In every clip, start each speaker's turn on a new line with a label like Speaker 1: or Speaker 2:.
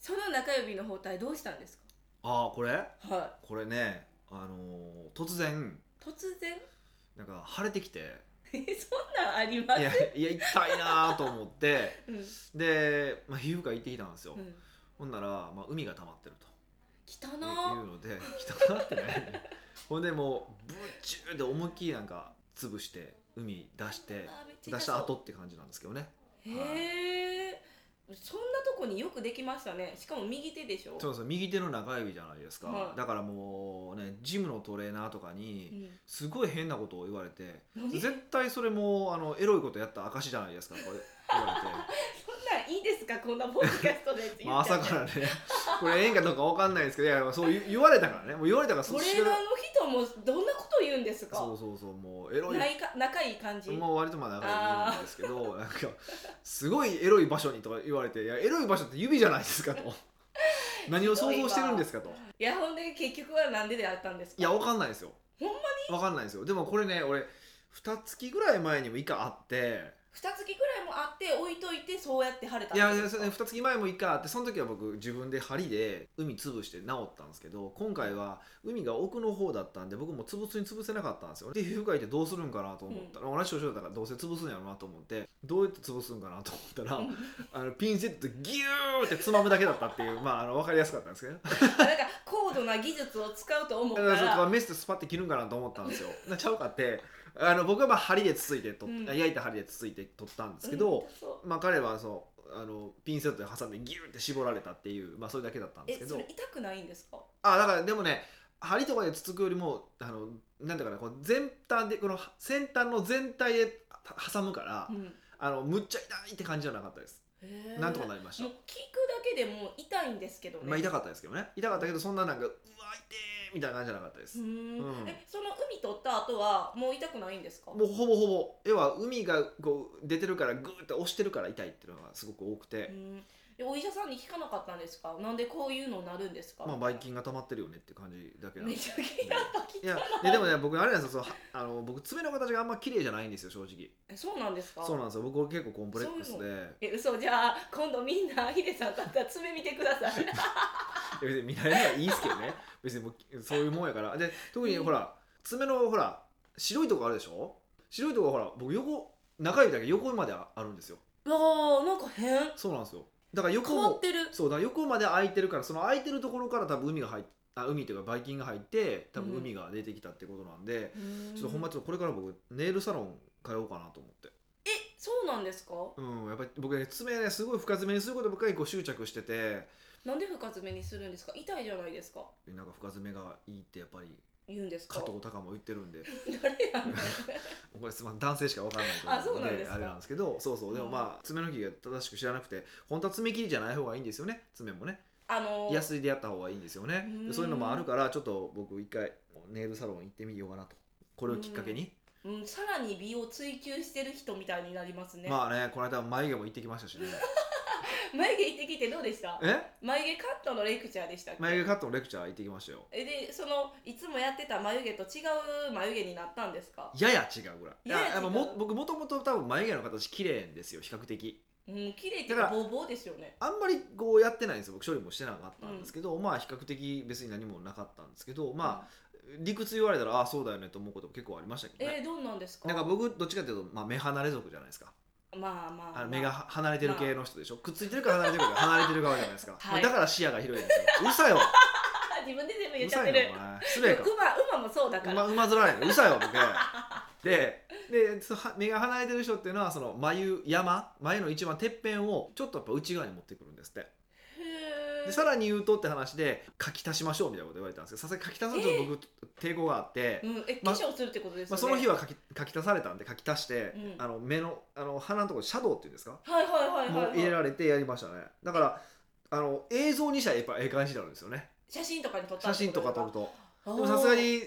Speaker 1: その中指の包帯どうしたんです
Speaker 2: ああこれ
Speaker 1: かは
Speaker 2: これねあのー突然
Speaker 1: い突然
Speaker 2: なんか腫れてきて
Speaker 1: えそんなんありま
Speaker 2: い
Speaker 1: す
Speaker 2: やいや痛いなーと思って
Speaker 1: うん、うん、
Speaker 2: で、まあ、皮膚科行ってきたんですよ、ほんなら、まあ、海が溜まってると
Speaker 1: 汚
Speaker 2: い
Speaker 1: な
Speaker 2: うので汚なって ないねほんでもうぶっちゅーで思いっきりなんか潰して海出して
Speaker 1: あーめっちゃ痛
Speaker 2: 出し
Speaker 1: そう
Speaker 2: た後って感じなんですけどね
Speaker 1: へえそんなとこによくできましたねしかも右手でしょ
Speaker 2: そうそう右手の中指じゃないですか、
Speaker 1: はい
Speaker 2: だからもうねジムのトレーナーとか
Speaker 1: う
Speaker 2: に
Speaker 1: ん
Speaker 2: すごい変なことを言われて、
Speaker 1: 何 そん
Speaker 2: 絶対それもうあのエロいことやった証じゃないですかこれ言われて。
Speaker 1: なんいいですかこんなポッドキャストで って言っちゃって
Speaker 2: まあ、朝からねこれええんかどうかわかんないですけどいやそう言言われたからねもう言われた から
Speaker 1: ト
Speaker 2: そ
Speaker 1: レ
Speaker 2: 知
Speaker 1: ー
Speaker 2: ら
Speaker 1: ナ
Speaker 2: な
Speaker 1: ーの人もどんなこと言うんですか
Speaker 2: そうそうそうもうエロい
Speaker 1: ないか仲いい感じ、
Speaker 2: もう割とまあ仲いいんですけどなんかすごいエロい場所にとか言われていやエロい場所って指じゃないです かと何を想像してるんですかと
Speaker 1: いやほんで結局はなんでであったんですか
Speaker 2: いやわかんないですよ
Speaker 1: ほんま
Speaker 2: わかんないですよでもこれね俺二月ぐらい前にも一回あって
Speaker 1: 二月ぐらいもあって置いといてそうやって晴れた
Speaker 2: いや
Speaker 1: ん
Speaker 2: い
Speaker 1: で
Speaker 2: や
Speaker 1: す
Speaker 2: そ
Speaker 1: か
Speaker 2: れね二月前も一回あってその時は僕自分で針で海潰して治ったんですけど今回は海が奥の方だったんで僕も潰すに潰せなかったんですよで皮膚科行ってどうするんかなと思ったら、同じ症状だったからどうせ潰すんやろうなと思ってどうやって潰すんかなと思ったら、
Speaker 1: うん
Speaker 2: あのピンセットでギューってつまむだけだったっていうまああの分かりやすかったんですけど、ね、
Speaker 1: なんか高度な技術を使うと思っ
Speaker 2: だ
Speaker 1: た
Speaker 2: からそこは
Speaker 1: ら
Speaker 2: メスでスパッて切るんかなと思ったんですよなちゃうかってあの僕はまあ針でつついてと、
Speaker 1: うん
Speaker 2: 焼いた針でつついて取ったんですけど、
Speaker 1: うんそう
Speaker 2: まあ、彼はそうあのピンセットで挟んでギューって絞られたっていう、まあ、それだけだったんで
Speaker 1: え
Speaker 2: すけ
Speaker 1: そ
Speaker 2: ど
Speaker 1: れ痛くないんですか
Speaker 2: あだからでもね針とかでつつくよりもあのなんだかなこう全端でこの先端の全体では挟むから、
Speaker 1: うん
Speaker 2: あのむっちゃ痛いって感じじゃなかったです、
Speaker 1: へー
Speaker 2: なんとかなりました、
Speaker 1: もう聞くだけでもう痛いんですけどね、
Speaker 2: まあ、痛かったですけどね痛かったけどそんななんかうわ痛えみたいな感じじゃなかったです、
Speaker 1: うー
Speaker 2: うんん
Speaker 1: えその海取った後はもう痛くないんですか
Speaker 2: もうほぼほぼ要は海がこう出てるからグーって押してるから痛いっていうのがすごく多くて、
Speaker 1: うんでお医者さんに聞かなかったんですかなんでこういうのなるんですか
Speaker 2: まあばい菌が溜まってるよねって感じだけなん
Speaker 1: め
Speaker 2: で
Speaker 1: ちゃ気になったき
Speaker 2: いやいやでもね僕あれなんですよそのあの僕爪の形があんま綺麗じゃないんですよ正直
Speaker 1: えそうなんですか
Speaker 2: そうなんですよ僕結構コンプレックスで
Speaker 1: そ
Speaker 2: いうや
Speaker 1: え嘘じゃあ今度みんなヒデさんだったら爪見てください
Speaker 2: 別に見られないいいですけどね別にもうそういうもんやからで特に
Speaker 1: うん
Speaker 2: ほら爪のほら白いとこあるでしょ白いとこほら僕横中指だけ横まであるんですよ
Speaker 1: わあなんか変
Speaker 2: そうなんですよだから横
Speaker 1: 変わっ
Speaker 2: も
Speaker 1: てる
Speaker 2: そうだから横まで空いてるからその空いてるところから多分海が入っあ海というかばい菌が入って多分海が出てきたってことなんで、ちょっとほんまちょっとこれから僕ネイルサロン通おうかなと思って
Speaker 1: えそうなんですか
Speaker 2: うん、やっぱり僕ね爪ねすごい深爪にすることばっかりこう執着してて
Speaker 1: なんで深爪にするんですか痛いじゃないですか
Speaker 2: なんか深爪がいいってやっぱり
Speaker 1: 言うんです
Speaker 2: 加
Speaker 1: か
Speaker 2: 藤隆も言ってるんで
Speaker 1: 誰やねん
Speaker 2: これすまん男性しかわからないと思う
Speaker 1: あそうなん
Speaker 2: の
Speaker 1: で
Speaker 2: です
Speaker 1: か
Speaker 2: あれなんですけどそうそうで
Speaker 1: う
Speaker 2: も
Speaker 1: ん
Speaker 2: まあ爪の切りが正しく知らなくて本当は爪切りじゃない方がいいんですよね爪もね
Speaker 1: あのー
Speaker 2: 安いでやった方がいいんですよねで
Speaker 1: うん
Speaker 2: そういうのもあるからちょっと僕一回ネイルサロン行ってみようかなとこれをきっかけに
Speaker 1: うん、さらに美を追求してる人みたいになりますね、
Speaker 2: まあねこの間眉毛も行ってきまし たしね
Speaker 1: 眉毛行ってきてどうでした
Speaker 2: え
Speaker 1: 眉毛カットのレクチャーでしたっけ
Speaker 2: 眉毛カットのレクチャー行ってきましたよ
Speaker 1: えでそのいつもやってた眉毛と違う眉毛になったんですか
Speaker 2: やや違うぐらいいや
Speaker 1: やや違う
Speaker 2: やっぱも僕もともと多分眉毛の形綺麗んですよ比較的
Speaker 1: うん綺麗っていう
Speaker 2: だ
Speaker 1: か
Speaker 2: から
Speaker 1: ボーボーですよね
Speaker 2: あんまりこうやってないんですよ僕処理もしてなかったんですけど、まあ比較的別に何もなかったんですけどまあ、理屈言われたらああそうだよねと思うことも結構ありましたけ
Speaker 1: うん
Speaker 2: どね、
Speaker 1: えーどうなんですか
Speaker 2: なんか僕どっちかというと、まあ、目離れ族じゃないですか
Speaker 1: まあまあ,、ま
Speaker 2: あの目が離れてる系の人でしょ、くっついてるから離れてるから離れてる側じゃないですか、
Speaker 1: はい
Speaker 2: まあだから視野が広いんですようるさいよ
Speaker 1: あ自分で全部
Speaker 2: う
Speaker 1: 言っ
Speaker 2: る
Speaker 1: ちゃっ
Speaker 2: さ
Speaker 1: て
Speaker 2: いよ
Speaker 1: る
Speaker 2: お前失
Speaker 1: で
Speaker 2: 礼
Speaker 1: も
Speaker 2: か
Speaker 1: 馬馬もそうだか
Speaker 2: う
Speaker 1: ら、
Speaker 2: まうまずられんうるさいよ僕ででそは目が離れてる人っていうのはその眉山眉の一番てっぺんをちょっとやっぱ内側に持ってくるんですって
Speaker 1: へー
Speaker 2: でさらに言うとって話で書き足しましょうみたいなこと言われたんですけどさすがに書き足すのちょっと僕抵抗があって、
Speaker 1: うん、え化
Speaker 2: ま
Speaker 1: 粧するってことです
Speaker 2: ま
Speaker 1: よ
Speaker 2: あ、
Speaker 1: ね、
Speaker 2: その日は書き書き足されたんで書き足して、
Speaker 1: うん
Speaker 2: あの目のあの鼻のところシャドウっていうんですか、
Speaker 1: はいはいはいはい、
Speaker 2: も
Speaker 1: は
Speaker 2: う
Speaker 1: い、
Speaker 2: 入れられてやりましたねだからあの映像にしたらやっぱええ感じになるんですよね
Speaker 1: 写真とかに撮った
Speaker 2: 写真とか撮る
Speaker 1: と
Speaker 2: とでもさすがに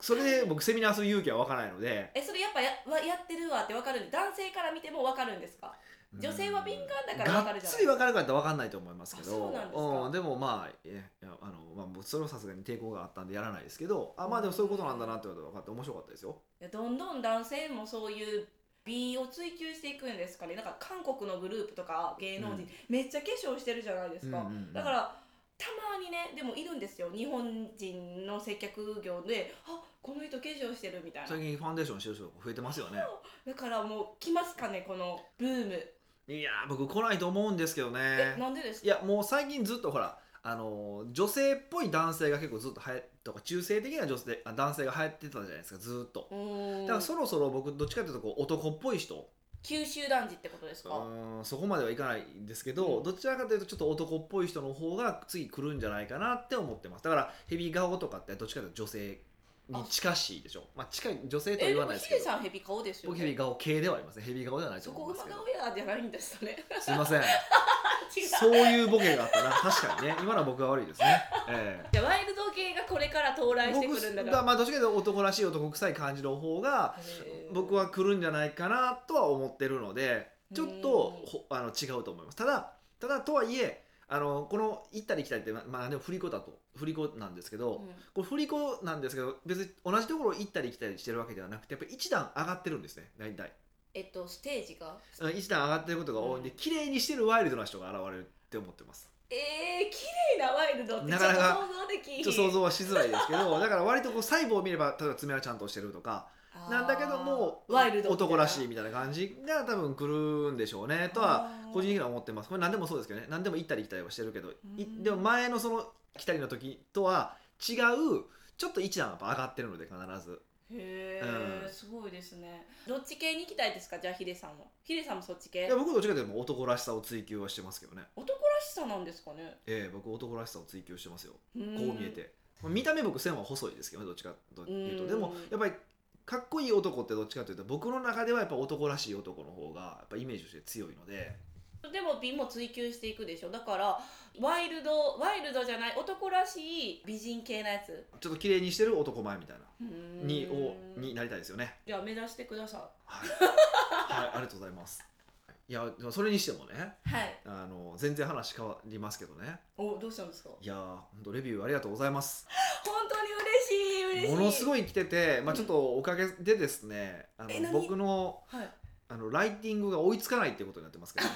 Speaker 2: それで僕セミナーする勇気はわからないので
Speaker 1: えそれやっぱやわやってるわってわかるん男性から見てもわかるんですか女性は敏感だからわかるじゃない
Speaker 2: がっつりわかるかってわかんないと思いますけど
Speaker 1: あそうなんですか
Speaker 2: んでもまあいやいやあの、まあ、僕それはさすがに抵抗があったんでやらないですけどあまあでもそういうことなんだなってことが分かって面白かったですよ
Speaker 1: いやどんどん男性もそういう美を追求していくんですかねなんか韓国のグループとか芸能人、
Speaker 2: うん
Speaker 1: めっちゃ化粧してるじゃないですか、
Speaker 2: うんうんうん
Speaker 1: だからたまにねでもいるんですよ日本人の接客業であこの人化粧してるみたいな
Speaker 2: 最近ファンデーションしてる人増えてますよね
Speaker 1: だからもう来ますかねこのブーム、
Speaker 2: いやー僕来ないと思うんですけど
Speaker 1: え
Speaker 2: ね
Speaker 1: なんでですか
Speaker 2: いやもう最近ずっとほらあのー女性っぽい男性が結構ずっとはやとか中性的な女性あ男性が流行ってたじゃないですかずっと
Speaker 1: うーん
Speaker 2: だからそろそろ僕どっちかというとこう男っぽい人
Speaker 1: 九州男児ってことです
Speaker 2: う
Speaker 1: か、
Speaker 2: ーんそこまではいかないんですけど、
Speaker 1: うん
Speaker 2: どちらかというとちょっと男っぽい人の方が次来るんじゃないかなって思ってますだからヘビ顔とかってどっちかというと女性に近しいでしょまあ近い女性とは
Speaker 1: え
Speaker 2: 言
Speaker 1: で
Speaker 2: わ
Speaker 1: も
Speaker 2: ないです
Speaker 1: ヒ
Speaker 2: け
Speaker 1: デ
Speaker 2: ど
Speaker 1: さんヘビ顔ですよ
Speaker 2: 僕ヘビ
Speaker 1: ね
Speaker 2: 顔系ではありませんヘビ顔ではないと
Speaker 1: そ
Speaker 2: 思
Speaker 1: こ
Speaker 2: うん
Speaker 1: が
Speaker 2: ですけど
Speaker 1: 顔やじゃないんです ね
Speaker 2: すいません
Speaker 1: 違う
Speaker 2: そういうボケがあったな確かにね今のは僕が悪いですねええ
Speaker 1: じゃあワイルド系がこれから到来してくるんだか
Speaker 2: 僕だ
Speaker 1: ら
Speaker 2: まあどっちかというと男らしい男臭い感じの方が
Speaker 1: へー
Speaker 2: 僕は来るんじゃないかなとは思ってるのでちょっとほあの違うと思いますただただとはいえあのこの行ったり来たりってままあでも振り子だと振り子なんですけど、
Speaker 1: うん
Speaker 2: これ振り子なんですけど別に同じところ行ったり来たりしてるわけではなくてやっぱり一段上がってるんですね大体
Speaker 1: えっとステージが
Speaker 2: うん一段上がってることが多いんで、
Speaker 1: うん
Speaker 2: 綺麗にしてるワイルドな人が現れるって思ってます
Speaker 1: えー、綺麗なワイルドってちょ
Speaker 2: な
Speaker 1: っと
Speaker 2: か
Speaker 1: 想
Speaker 2: なか
Speaker 1: 像でき
Speaker 2: ち
Speaker 1: ん
Speaker 2: ょっと想像はしづらいですけど だから割とこう細部を見れば例えば爪はちゃんとしてるとか
Speaker 1: あー
Speaker 2: なんだけども
Speaker 1: ワイルド
Speaker 2: 男らしい
Speaker 1: み
Speaker 2: みたいな感じが多分来るんでしょう
Speaker 1: た
Speaker 2: ねとは個人的には思ってますこれ何でもそうですけどね何でも行ったり来たりはしてるけどいでも前のその来たりの時とは違うちょっと一段やっぱ上がってるので必ず
Speaker 1: へえ、
Speaker 2: うん
Speaker 1: すごいですねどっち系に行きたいですかじゃあヒデさんもヒデさんもそっち
Speaker 2: い
Speaker 1: 系
Speaker 2: や僕どっちかというと男らしさを追求はしてますけどね
Speaker 1: 男らしさなんですかね
Speaker 2: ええ僕男らしさを追求してますよこ
Speaker 1: こう
Speaker 2: う見えてまあ見た目僕線は細いですけどねどっちかという
Speaker 1: う
Speaker 2: と
Speaker 1: ん
Speaker 2: でもやっぱりかっこいい男ってどっちかというと僕の中ではやっぱ男らしい男の方がやっぱイメージとして強いので
Speaker 1: でも美も追求していくでしょだからワイルドワイルドじゃない男らしい美人系なやつ
Speaker 2: ちょっと綺麗にしてる男前みたいな
Speaker 1: うーん
Speaker 2: にをになりたいですよね
Speaker 1: じゃあ目指してくださ
Speaker 2: はい、はい、ありがとうございます。いや、でもそれにしてもね、
Speaker 1: いはい
Speaker 2: あの全然話変わりますけどね。
Speaker 1: おどうしたんですか
Speaker 2: いやー、本当レビューありがとうございます。
Speaker 1: 本当に嬉しい嬉しい
Speaker 2: ものす
Speaker 1: い
Speaker 2: ごい来てて、まあちょっとおかげでですね、あ
Speaker 1: え
Speaker 2: の
Speaker 1: 何
Speaker 2: 僕の
Speaker 1: はい
Speaker 2: あのライティングが追いつかないっていうことになってますけども、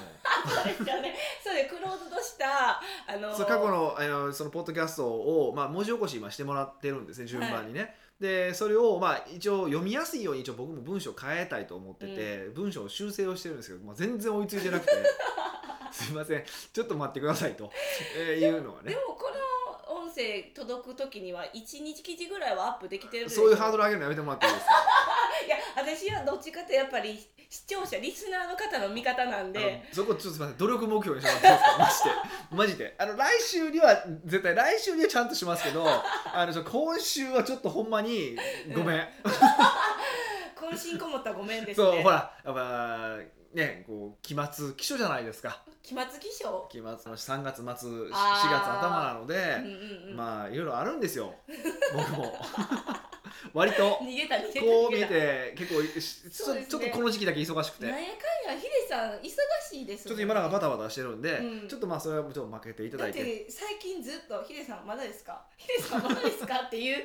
Speaker 1: そうですよねそうでクローズドしたあのー
Speaker 2: そう過去のあのそのポッドキャストをまあ文字起こし今してもらってるんですね、順番にね。でそれをまあ一応読みやすいように一応僕も文章変えたいと思ってて、文章を修正をしてるんですけど、まあ、全然追いつい てなくてすいませんちょっと待ってくださいと、えーいうのは
Speaker 1: で
Speaker 2: ね
Speaker 1: もこの音声届く時には一日記事ぐらいはアップできてるでしょ
Speaker 2: そういうハードル上げるのやめてもらっていいですか
Speaker 1: いや私はどっちかってやっぱり視聴者リスナーの方の味方なんで
Speaker 2: あのそこちょっとすいません努力目標にしてもらっていい ですかマジでマジであの来週には絶対来週にはちゃんとしますけどあのちょ今週はちょっとほんまにごめん、
Speaker 1: 渾身こもったらごめんですね
Speaker 2: そうほらやっぱねこう期末期初じゃないですか
Speaker 1: 期末気象
Speaker 2: 期末の3月末4月
Speaker 1: あー
Speaker 2: 頭なので、
Speaker 1: うんうんうん
Speaker 2: まあいろいろあるん ですよ僕も割と
Speaker 1: 逃げた逃げた
Speaker 2: こ
Speaker 1: 逃
Speaker 2: う見
Speaker 1: げた
Speaker 2: て結構しちょ,、
Speaker 1: そうですね
Speaker 2: ちょっとこの時期だけ忙しくて
Speaker 1: なんやかんやヒデさん忙しいです
Speaker 2: ちょっと今なん
Speaker 1: ん
Speaker 2: かバタバタしてるんで、
Speaker 1: うん
Speaker 2: ちょっとまあそれはちょっと負けていた
Speaker 1: だ
Speaker 2: だ
Speaker 1: っ
Speaker 2: いて
Speaker 1: て最近ずっと「ヒデさんまだですかヒデさんまだですか?」っていう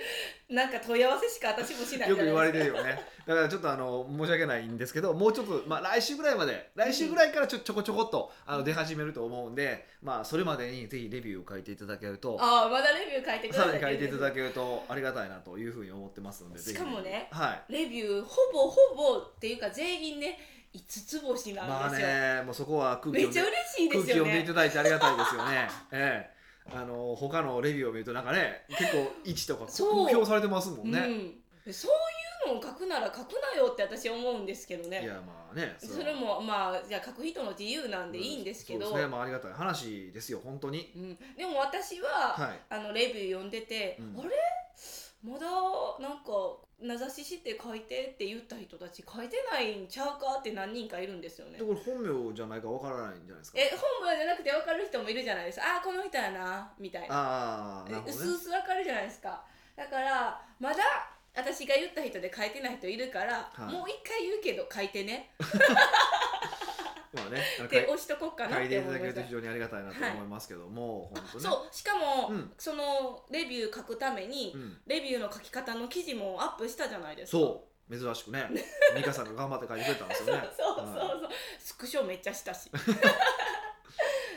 Speaker 1: なんか問い合わせしか私もしない
Speaker 2: よく言われ
Speaker 1: て
Speaker 2: てるよねだからちょっとあの申し訳ないんですけどもうちょっと、まあ、来週ぐらいまで来週ぐらいからちょちょこちょこっとあの出始めると思うんで、まあそれまでにぜひレビューを書いていただけると
Speaker 1: ああまだレビュー書いてくだ
Speaker 2: さ
Speaker 1: さい
Speaker 2: らに書いていただけるとありがたいなというふうに思ってますのでぜひ
Speaker 1: しかもね
Speaker 2: はい
Speaker 1: レビューほぼほぼっていうか全員ね5つ星な
Speaker 2: ま
Speaker 1: ん
Speaker 2: あ
Speaker 1: ですよ、
Speaker 2: ねもうそこは空気
Speaker 1: めっ
Speaker 2: を
Speaker 1: ちゃ嬉しいで
Speaker 2: 空
Speaker 1: す
Speaker 2: 気
Speaker 1: よ
Speaker 2: 読んでい
Speaker 1: ね
Speaker 2: ただいてありがたいですよ ね。ええあの他のレビューを見るとなんかね結構1とか
Speaker 1: そう
Speaker 2: 公表されてますもんね。
Speaker 1: うん、そういうのを書くなら書くなよって私思うんですけど
Speaker 2: い
Speaker 1: ね
Speaker 2: やまあね
Speaker 1: そ
Speaker 2: は
Speaker 1: れもまあじゃあ書く人の自由なんでいいんですけど、
Speaker 2: そううんですねまあありがたい話ですよ本当に。
Speaker 1: でも私は、
Speaker 2: はい。
Speaker 1: あのレビュー読んでて、
Speaker 2: うん
Speaker 1: あれまだなんか名指しして書いてって言った人たち書いてないんちゃうかって何人かいるんですよね
Speaker 2: でこれ本名じゃないかわからないんじゃないですか。
Speaker 1: え本文じゃなくて分かる人もいるじゃないですかああこの人やなみたいな
Speaker 2: ああなる
Speaker 1: う
Speaker 2: ほど
Speaker 1: す
Speaker 2: ね
Speaker 1: う。すわかるじゃないですかだからまだ私が言った人で書いてない人いるから、
Speaker 2: はい
Speaker 1: もう一回言うけど書いてね
Speaker 2: まあねあの
Speaker 1: って押しとこうかな
Speaker 2: 書
Speaker 1: っ
Speaker 2: いて
Speaker 1: て
Speaker 2: いた
Speaker 1: 思
Speaker 2: だ
Speaker 1: い
Speaker 2: け
Speaker 1: ま
Speaker 2: る
Speaker 1: し
Speaker 2: と
Speaker 1: た
Speaker 2: 非常にありがたいなと思いますけども、
Speaker 1: あ
Speaker 2: 本当ね。
Speaker 1: そうしかも、
Speaker 2: うん
Speaker 1: そのレビュー書くために、
Speaker 2: うん
Speaker 1: レビューの書き方の記事もアップしたじゃないですか
Speaker 2: そ珍し くね美香さんが頑張って書いてくれたんですよね
Speaker 1: そうそうそう、スクショめっちゃしたし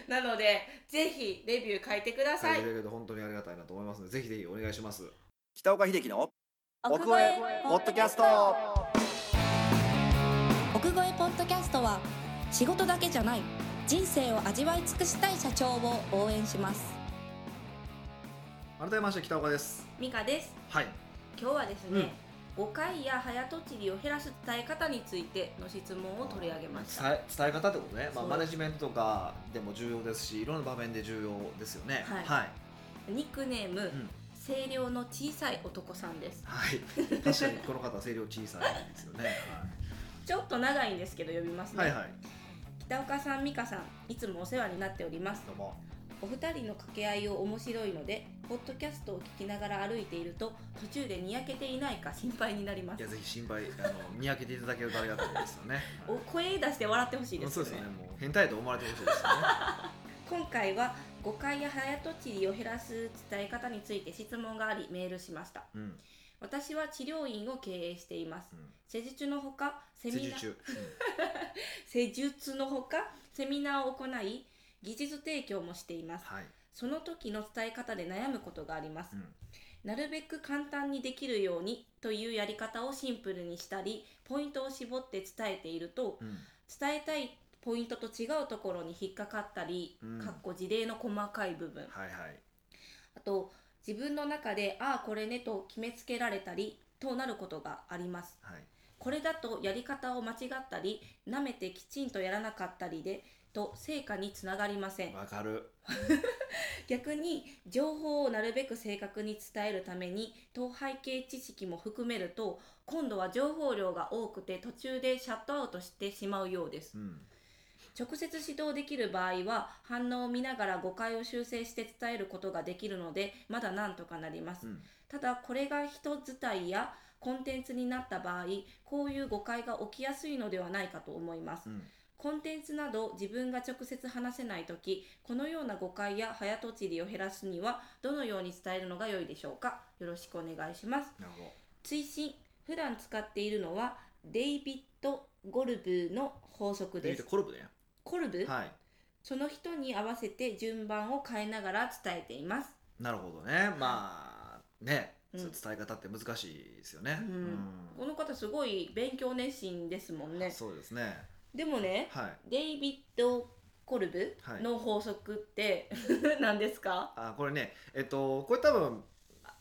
Speaker 1: なのでぜひレビュー書いてくだ
Speaker 2: 書い
Speaker 1: さい
Speaker 2: てくれて本当にありがたいなと思いますのでぜひぜひお願いします
Speaker 3: 北岡秀樹の奥越えポッドキャスト
Speaker 4: 奥越えポッドキャストは仕事だけじゃない人生を味わい尽くしたい社長を応援します
Speaker 2: 改めまして北岡です
Speaker 1: ミカです
Speaker 2: はい
Speaker 1: 今日はですね、誤解や早とちりを減らす伝え方についての質問を取り上げました。は
Speaker 2: 伝え伝え方ってことね、まあ、
Speaker 1: そう
Speaker 2: マネジメントとかでも重要ですしいろんな場面で重要ですよね
Speaker 1: はい
Speaker 2: はい、
Speaker 1: いニックネーム、
Speaker 2: ん
Speaker 1: 声量の小さい男さんです。
Speaker 2: はい、確かにこの方は声量小さいですよね、
Speaker 1: ちょっと長いんですけど呼びますね。
Speaker 2: はい、はいはい
Speaker 1: 北岡さん、美香さん、いつもお世話になっております。
Speaker 2: どうも
Speaker 1: お二人の掛け合いを面白いので、ポッドキャストを聞きながら歩いていると途中でにやけていないか心配になりま
Speaker 2: い
Speaker 1: す
Speaker 2: や。ぜひ心配あのにやけていただけるとありがたいですよね、
Speaker 1: お声出して笑ってほしい
Speaker 2: ま
Speaker 1: で
Speaker 2: あ
Speaker 1: すよ
Speaker 2: そう
Speaker 1: ね
Speaker 2: ですよねもう変態と思われてほしいですよね
Speaker 1: 今回は誤解や早とちりを減らす伝え方について質問がありメールしました。
Speaker 2: うん、
Speaker 1: 私は治療院を経営しています
Speaker 2: うん、
Speaker 1: 施術のほかセ
Speaker 2: 施
Speaker 1: ミ
Speaker 2: 術
Speaker 1: ナー
Speaker 2: 中、
Speaker 1: 施術のほかセミナーを行い技術提供もしています
Speaker 2: はい、
Speaker 1: その時の伝え方で悩むことがあります、
Speaker 2: うん
Speaker 1: なるべく簡単にできるようにというやり方をシンプルにしたりポイントを絞って伝えていると
Speaker 2: うん
Speaker 1: 伝えたいポイントと違うところに引っかかったり、
Speaker 2: うん
Speaker 1: かっこ事例の細かい部分
Speaker 2: はいはい
Speaker 1: あと自分の中でああこれねと決めつけられたりとなることがあります
Speaker 2: はい
Speaker 1: これだとやり方を間違ったりなめてきちんとやらなかったりでと成果につながりません
Speaker 2: わかる
Speaker 1: 逆に情報をなるべく正確に伝えるために統背景知識も含めると今度は情報量が多くて途中でシャットアウトしてしまうようです
Speaker 2: うん
Speaker 1: 直接指導できる場合は反応を見ながら誤解を修正して伝えることができるのでまだなんとかなります
Speaker 2: うん
Speaker 1: ただこれが人伝いやコンテンツになった場合こういう誤解が起きやすいのではないかと思います、
Speaker 2: うん
Speaker 1: コンテンツなど自分が直接話せない時このような誤解や早とちりを減らすにはどのように伝えるのが良いでしょうかよろしくお願いします
Speaker 2: なるほど
Speaker 1: 追伸普段使っているのはデイビッド・ゴルブの法則
Speaker 2: で
Speaker 1: で
Speaker 2: 見て
Speaker 1: す
Speaker 2: コルブね
Speaker 1: コルブ、
Speaker 2: はい
Speaker 1: その人に合わせて順番を変えながら伝えています
Speaker 2: なるほどねまあね、
Speaker 1: うん
Speaker 2: そう伝え方って難しいですよね
Speaker 1: うんこの方すごい勉強熱心ですもん
Speaker 2: うん
Speaker 1: ね
Speaker 2: そうですね
Speaker 1: でもね
Speaker 2: はい
Speaker 1: デイビッド・コルブの法則って、 何ですか
Speaker 2: あこれねえっとこれ多分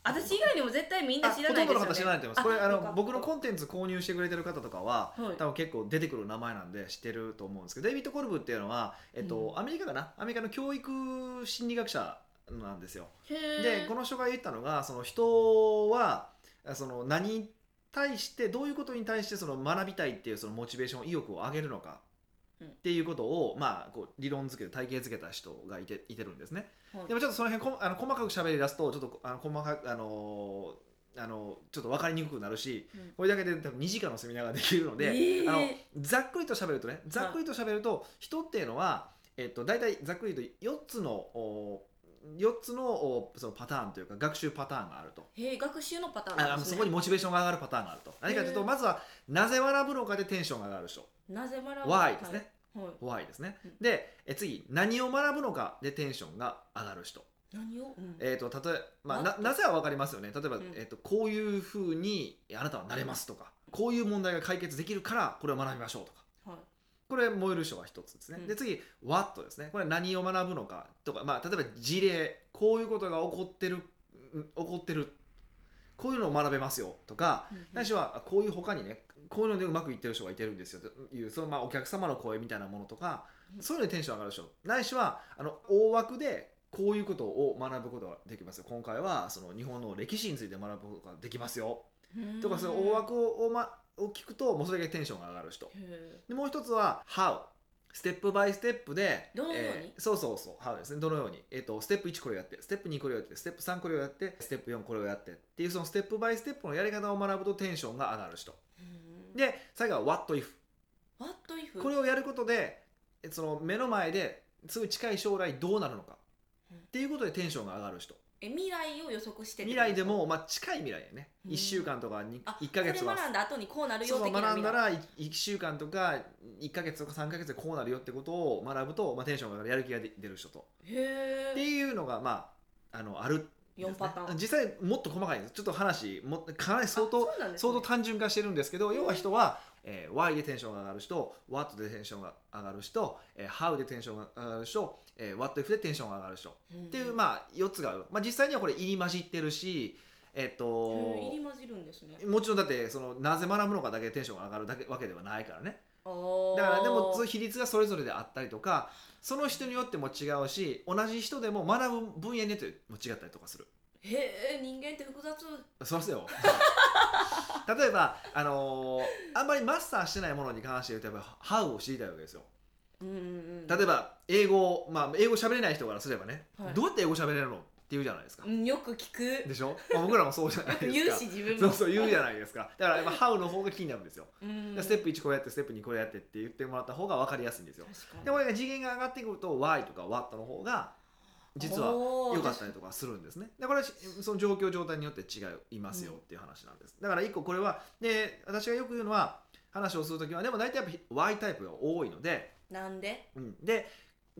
Speaker 1: 私以外にも絶対みん
Speaker 2: あ
Speaker 1: な
Speaker 2: ほ
Speaker 1: 知らな
Speaker 2: と
Speaker 1: い
Speaker 2: ん
Speaker 1: で
Speaker 2: ど
Speaker 1: すよね
Speaker 2: の方知らないと思いますこれあ
Speaker 1: よか
Speaker 2: の
Speaker 1: った
Speaker 2: 僕のコンテンツ購入してくれてる方とかは
Speaker 1: はい
Speaker 2: 多分結構出てくる名前なんで知ってると思うんですけどデイビッド・コルブっていうのは、えっと
Speaker 1: う
Speaker 2: アメリカかなアメリカの教育心理学者なんですよ。
Speaker 1: へ
Speaker 2: で
Speaker 1: ー
Speaker 2: この人が言ったのがその人はあその何に対してどういうことに対してその学びたいっていうそのモチベーション意欲を上げるのか
Speaker 1: うん
Speaker 2: っていうことを、まあ、こう理論づけて体系づけた人がいていてるんですね、
Speaker 1: はい
Speaker 2: でもちょっとその辺こあの細かく喋り出すとちょっとあの細かくあのあのちょっと分かりにくくなるし、
Speaker 1: うん
Speaker 2: これだけで多分2時間のセミナーができるので、
Speaker 1: えー
Speaker 2: あのざっくりと喋るとねざっくりと喋ると、人っていうのは、えっと、大体ざっくりと4つのお4つのおそのパターンというか学習パターンがあると、
Speaker 1: へー学習のパターン
Speaker 2: あ
Speaker 1: な
Speaker 2: あ
Speaker 1: ん
Speaker 2: の
Speaker 1: です
Speaker 2: そ
Speaker 1: ね
Speaker 2: こにモチベーションが上がるパターンがあると何かという
Speaker 1: へ
Speaker 2: と
Speaker 1: ー
Speaker 2: まずはなぜ笑ぶのかでテンションが上がる人
Speaker 1: なぜ笑う
Speaker 2: Y ですね、
Speaker 1: はいはい
Speaker 2: Y ですね
Speaker 1: うん
Speaker 2: でえ次何を学ぶのかでテンションが上がる人
Speaker 1: 何を、うん
Speaker 2: えー、と例えまあ、
Speaker 1: なん
Speaker 2: ななぜは分かりますよね例えば、
Speaker 1: うん
Speaker 2: えー、とこういうふうにあなたはなれますとかこういう問題が解決できるからこれを学びましょうとか
Speaker 1: はい
Speaker 2: これ燃える人が一つですね、
Speaker 1: うん
Speaker 2: で次「what」ですねこれは何を学ぶのかとか、まあ、例えば事例こういうことが起こってるうん起こってるこういうのを学べますよとか
Speaker 1: うんうん
Speaker 2: ないしはこういう他にねこういうのでうまくいってる人がいてるんですよというそのまあお客様の声みたいなものとか
Speaker 1: うん
Speaker 2: そういうのでテンション上がるでしょないしはあの大枠でこういうことを学ぶことができますよ今回はその日本の歴史について学ぶことができますよ
Speaker 1: うん
Speaker 2: とかその大枠を,、ま、を聞くともうそれだけテンションが上がる人
Speaker 1: へー
Speaker 2: でもう一つは「how」ステップバイステップで
Speaker 1: どのように
Speaker 2: えーそうそうそう how ですねどのように、えー、とステップ1これをやってステップ2これをやってステップ3これをやってステップ4これをやってっていうそのステップバイステップのやり方を学ぶとテンションが上がる人
Speaker 1: うん
Speaker 2: で最後は「what if
Speaker 1: What」if
Speaker 2: これをやることでえその目の前ですぐ近い将来どうなるのかっていうことでテンションが上がる人
Speaker 1: え未来を予測してって
Speaker 2: 未来でも、まあ、近い未来やね
Speaker 1: うん
Speaker 2: 1週間とかに
Speaker 1: あ
Speaker 2: 1ヶ月は
Speaker 1: これ学んだ後にこうなるよ
Speaker 2: そうそう
Speaker 1: 的な
Speaker 2: 学んだ
Speaker 1: 未来
Speaker 2: ら1週間とか1ヶ月とか3ヶ月でこうなるよってことを学ぶと、まあ、テンションが上がるやる気が出出る人と
Speaker 1: へ
Speaker 2: って
Speaker 1: え
Speaker 2: いうのが、まあ、あのある
Speaker 1: 4パターン
Speaker 2: 実際もっと細かいんですちょっと話もかなり相当
Speaker 1: あそうなんですね
Speaker 2: 相当単純化してるんですけど要は人は、えー Y でテンションが上がる人 What でテンションが上がる人、えー How でテンションが上がる人、えー What if でテンションが上がる人
Speaker 1: っ
Speaker 2: っていう、まあ、4つがある、まあ、実際にはこれ入り混じってるしえっ、
Speaker 1: 入り
Speaker 2: と
Speaker 1: 混じるんですね
Speaker 2: もちろんだってそのなぜ学ぶのかだけでテンションが上がるだけわけではないからね
Speaker 1: あー
Speaker 2: だからでもそういう比率がそれぞれであったりとかその人によっても違うし同じ人でも学ぶ分野によっても違ったりとかする
Speaker 1: へえ人間って複雑
Speaker 2: そらそうよ 例えば、あのーあんまりマスターしてないものに関して言うとやっぱ「How」を知りたいわけですよ
Speaker 1: うんうんうん
Speaker 2: 例えば英語まあ英語喋れない人からすればね、
Speaker 1: はい
Speaker 2: どうやって英語喋れるのって言うじゃないですか、
Speaker 1: うんよく聞く
Speaker 2: でしょ、まあ、僕らもそうじゃないですか
Speaker 1: 言うし自分も
Speaker 2: そうそう言うじゃないですかだからやっぱ「How」の方が気になるんですよ、
Speaker 1: うん
Speaker 2: ステップ1これやってステップ2これやってって言ってもらった方が分かりやすいんですよ
Speaker 1: 確かに
Speaker 2: でもね次元が上がってくると Y とか What の方が実は
Speaker 1: 良
Speaker 2: 良かったりとかするんですねだからしその状況状態によって違いますよっていう話なんです、だから一個これはで私がよく言うのは話をする時はでも大体やっぱ Y タイプが多いので、
Speaker 1: なんで
Speaker 2: うん、で